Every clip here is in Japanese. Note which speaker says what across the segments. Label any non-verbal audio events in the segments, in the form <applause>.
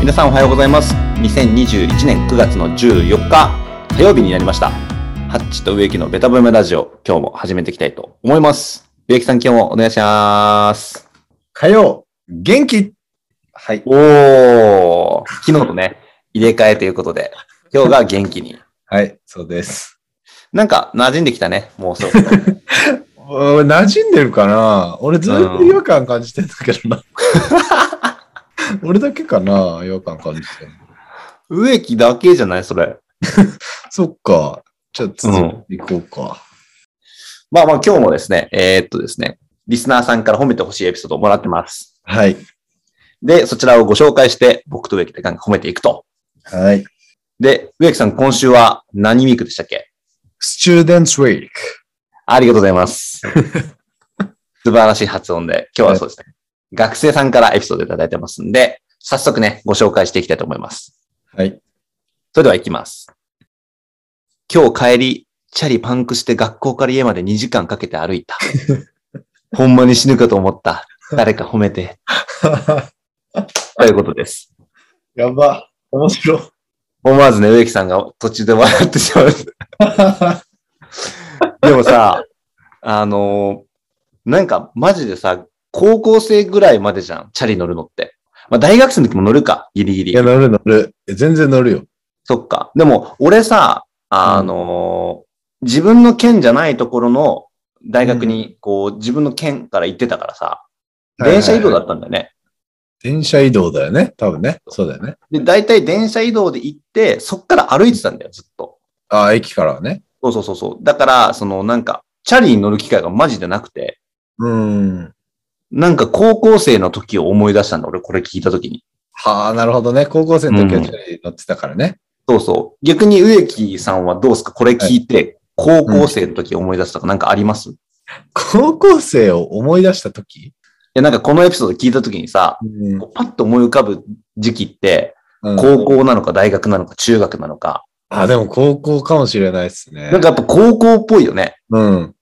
Speaker 1: 皆さんおはようございます2021年9月の14日火曜日になりましたハッチと植木のベタ褒めラジオ今日も始めていきたいと思います植木さん今日もお願いします
Speaker 2: 火曜、元気はい。
Speaker 1: おー昨日とね入れ替えということで今日が元気 <laughs> に
Speaker 2: はい、そうです。
Speaker 1: なんか馴染んできたねもうそろそろ
Speaker 2: お馴染んでるかな俺ずっと違和感感じてんだけど <laughs> な。俺だけかな違和感感じてんの
Speaker 1: <laughs> 植木だけじゃないそれ
Speaker 2: そっか。じゃあ続いていこうか。
Speaker 1: まあまあ今日もですねえーっとですねリスナーさんから褒めてほしいエピソードをもらってます
Speaker 2: はい。
Speaker 1: で、そちらをご紹介して、僕と植木でなんか褒めていくと。
Speaker 2: はい。
Speaker 1: で、植木さん、今週は何ウィークでしたっけ
Speaker 2: スチューデンツウィーク。
Speaker 1: ありがとうございます。素晴らしい発音で、今日はそうですね。学生さんからエピソードいただいてますんで、早速ね、ご紹介していきたいと思います。
Speaker 2: はい。
Speaker 1: それでは行きます。今日帰り、チャリパンクして学校から家まで2時間かけて歩いた。ほんまに死ぬかと思った。誰か褒めて。ということです。
Speaker 2: <laughs> やば。面白い。
Speaker 1: 思わずね、植木さんが途中で笑ってしまう。でもさ、あのーなんかマジでさ、高校生ぐらいまでじゃん、チャリ乗るのって。まあ大学生の時も乗るか、ギリギ
Speaker 2: <laughs> い
Speaker 1: リ
Speaker 2: や、。乗る乗る。全然乗るよ。
Speaker 1: そっか。でも、俺さ、あのー自分の県じゃないところの大学に、こう、自分の県から行ってたからさ、電車移動だ
Speaker 2: はいはいはい
Speaker 1: ったんだよね。
Speaker 2: 電車移動だよね。多分ね。そうだよね。
Speaker 1: で、大体電車移動で行って、そっから歩いてたんだよ、ずっと。
Speaker 2: ああ、駅からはね。
Speaker 1: そうそうそうそう。だから、その、なんか、チャリに乗る機会がマジでなくて、
Speaker 2: うーん。
Speaker 1: なんか高校生の時を思い出したんだ、俺これ聞いた時に。
Speaker 2: はあ、なるほどね。高校生の時はチャリ乗ってたからね。
Speaker 1: そうそう。逆に植木さんはどうですかこれ聞いて、高校生の時思い出したとかなんかあります、い
Speaker 2: 高校生を思い出した時
Speaker 1: や、なんかこのエピソード聞いた時にさ、
Speaker 2: うん
Speaker 1: こうパッと思い浮かぶ時期って、高校なのか大学なのか中学なのか、
Speaker 2: あ、でも高校かもしれないですね。
Speaker 1: なんかやっぱ高校っぽいよね。
Speaker 2: うん。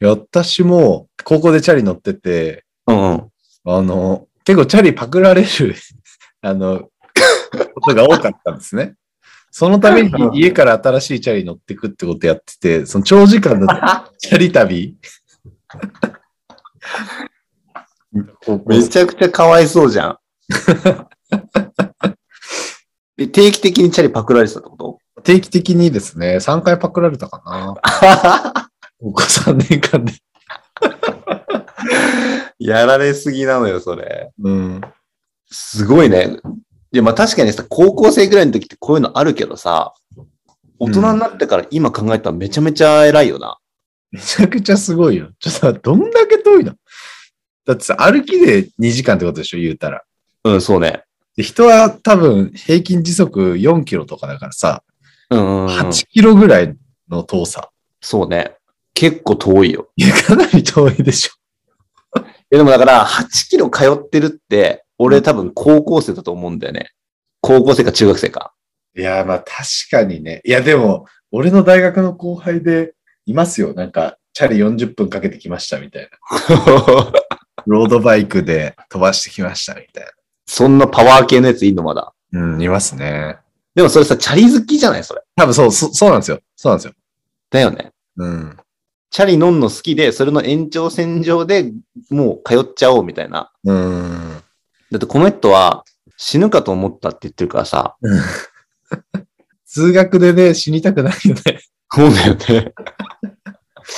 Speaker 2: いや私も、高校でチャリ乗ってて、
Speaker 1: うんうん。
Speaker 2: あの、結構チャリパクられる、 <laughs> あの、ことが多かったんですね。そのために家から新しいチャリ乗ってくってことやってて、その長
Speaker 1: <laughs>
Speaker 2: 時間のチャリ旅。高校
Speaker 1: めちゃくちゃかわいそうじゃん。 <laughs> え定期的にチャリパクられてたってこと
Speaker 2: 定期的にですね、3回パクられたか <laughs> な。高校3年間で。
Speaker 1: <laughs> やられすぎなのよ、それ。
Speaker 2: うん。
Speaker 1: すごいね。いや、まあ確かにさ、高校生ぐらいの時ってこういうのあるけどさ、大人になってから今考えたらめちゃめちゃ偉いよな。
Speaker 2: めちゃくちゃすごいよ。ちょっと待ってどんだけ遠いのだってさ、歩きで2時間ってことでしょ、言うたら。
Speaker 1: うん、そうね。
Speaker 2: で人は多分平均時速4キロとかだからさ、
Speaker 1: うんうん、うん。
Speaker 2: 8キロぐらいの遠さ。
Speaker 1: そうね。結構遠いよ。
Speaker 2: いや、かなり遠いでしょ。
Speaker 1: え、でもだから、8キロ通ってるって、俺多分高校生だと思うんだよね。高校生か中学生か。 <laughs>
Speaker 2: いや、まあ確かにね。いや、でも、俺の大学の後輩でいますよ。なんか、チャリ40分かけてきましたみたいな。ロードバイクで飛ばしてきましたみたい
Speaker 1: そんなパワー系のやついいのまだ。
Speaker 2: な。うん、いますね。
Speaker 1: でもそれさ、チャリ好きじゃないそれ。
Speaker 2: 多分そう、そそうなんですよ。そうなんですよ。
Speaker 1: だよね。
Speaker 2: うん。
Speaker 1: チャリ乗んの好きで、それの延長線上でもう通っちゃおうみたいな。
Speaker 2: うん。
Speaker 1: だってこの人は死ぬかと思ったって言ってるからさ。
Speaker 2: 通学でね、死にたくないよね。
Speaker 1: そうだよね。 <laughs>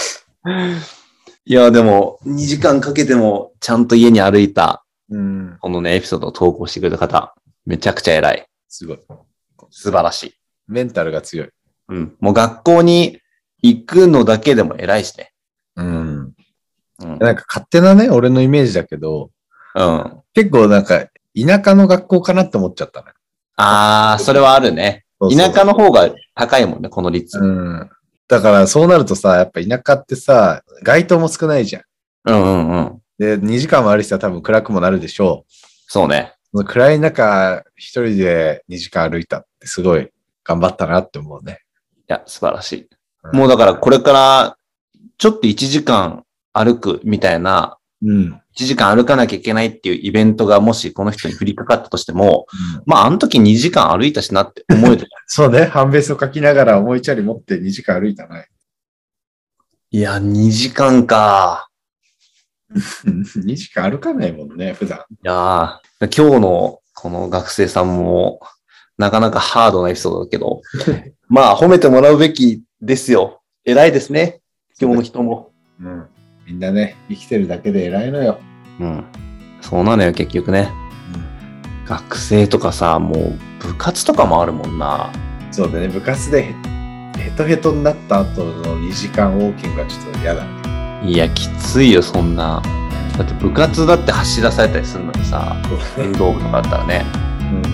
Speaker 1: いや、でも、2時間かけてもちゃんと家に歩いた、
Speaker 2: うん。
Speaker 1: このね、エピソードを投稿してくれた方、めちゃくちゃ偉い。
Speaker 2: すごい。
Speaker 1: 素晴らしい。
Speaker 2: メンタルが強い。
Speaker 1: うん。もう学校に行くのだけでも偉いしね。
Speaker 2: うん。
Speaker 1: うん。
Speaker 2: なんか勝手なね、俺のイメージだけど、
Speaker 1: うん、
Speaker 2: 結構なんか、田舎の学校かなって思っちゃったね。
Speaker 1: あー、それはあるね。田舎
Speaker 2: の
Speaker 1: の方が高いもんね、この率。うん
Speaker 2: うん。だからそうなるとさ、やっぱ田舎ってさ、街灯も少ないじゃん。
Speaker 1: うんうん。
Speaker 2: で、2時間も歩いてたら多分暗くもなるでしょ
Speaker 1: そうね。
Speaker 2: う。その暗い中、一人で2時間歩いたってすごい頑張ったなって思うね。
Speaker 1: いや、素晴らしい。
Speaker 2: うん
Speaker 1: もうだからこれから、ちょっと1時間歩くみたいな
Speaker 2: うん。
Speaker 1: 1時間歩かなきゃいけないっていうイベントがもしこの人に降りかかったとしても、まあ、あの時2時間歩いたしなって思えて、
Speaker 2: そうね。半ベースを書きながら重いチャリ持って2時間歩いたな。
Speaker 1: <laughs> いや、2時間か。
Speaker 2: 2時間歩かないもんね、普段。
Speaker 1: いやー今日のこの学生さんも、なかなかハードなエピソードだけ <laughs> ど、まあ、褒めてもらうべきですよ。偉いですね。今日の人も。
Speaker 2: うん。みんなね、生きてるだけで偉いのよ。
Speaker 1: うん。そうなのよ、結局ね。学生とかさ、もう部活とかもあるもんな。
Speaker 2: そうだね、部活でヘヘトヘトになった後の2時間ウォーキングはちょっと嫌だね。
Speaker 1: いや、きついよ、そんな。だって部活だって走らされたりするのにさ、運動部とかだったらね、
Speaker 2: うん。
Speaker 1: め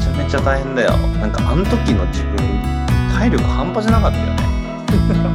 Speaker 1: ちゃめちゃ大変だよ。なんかあの時の自分、体力半端じゃなかったよね。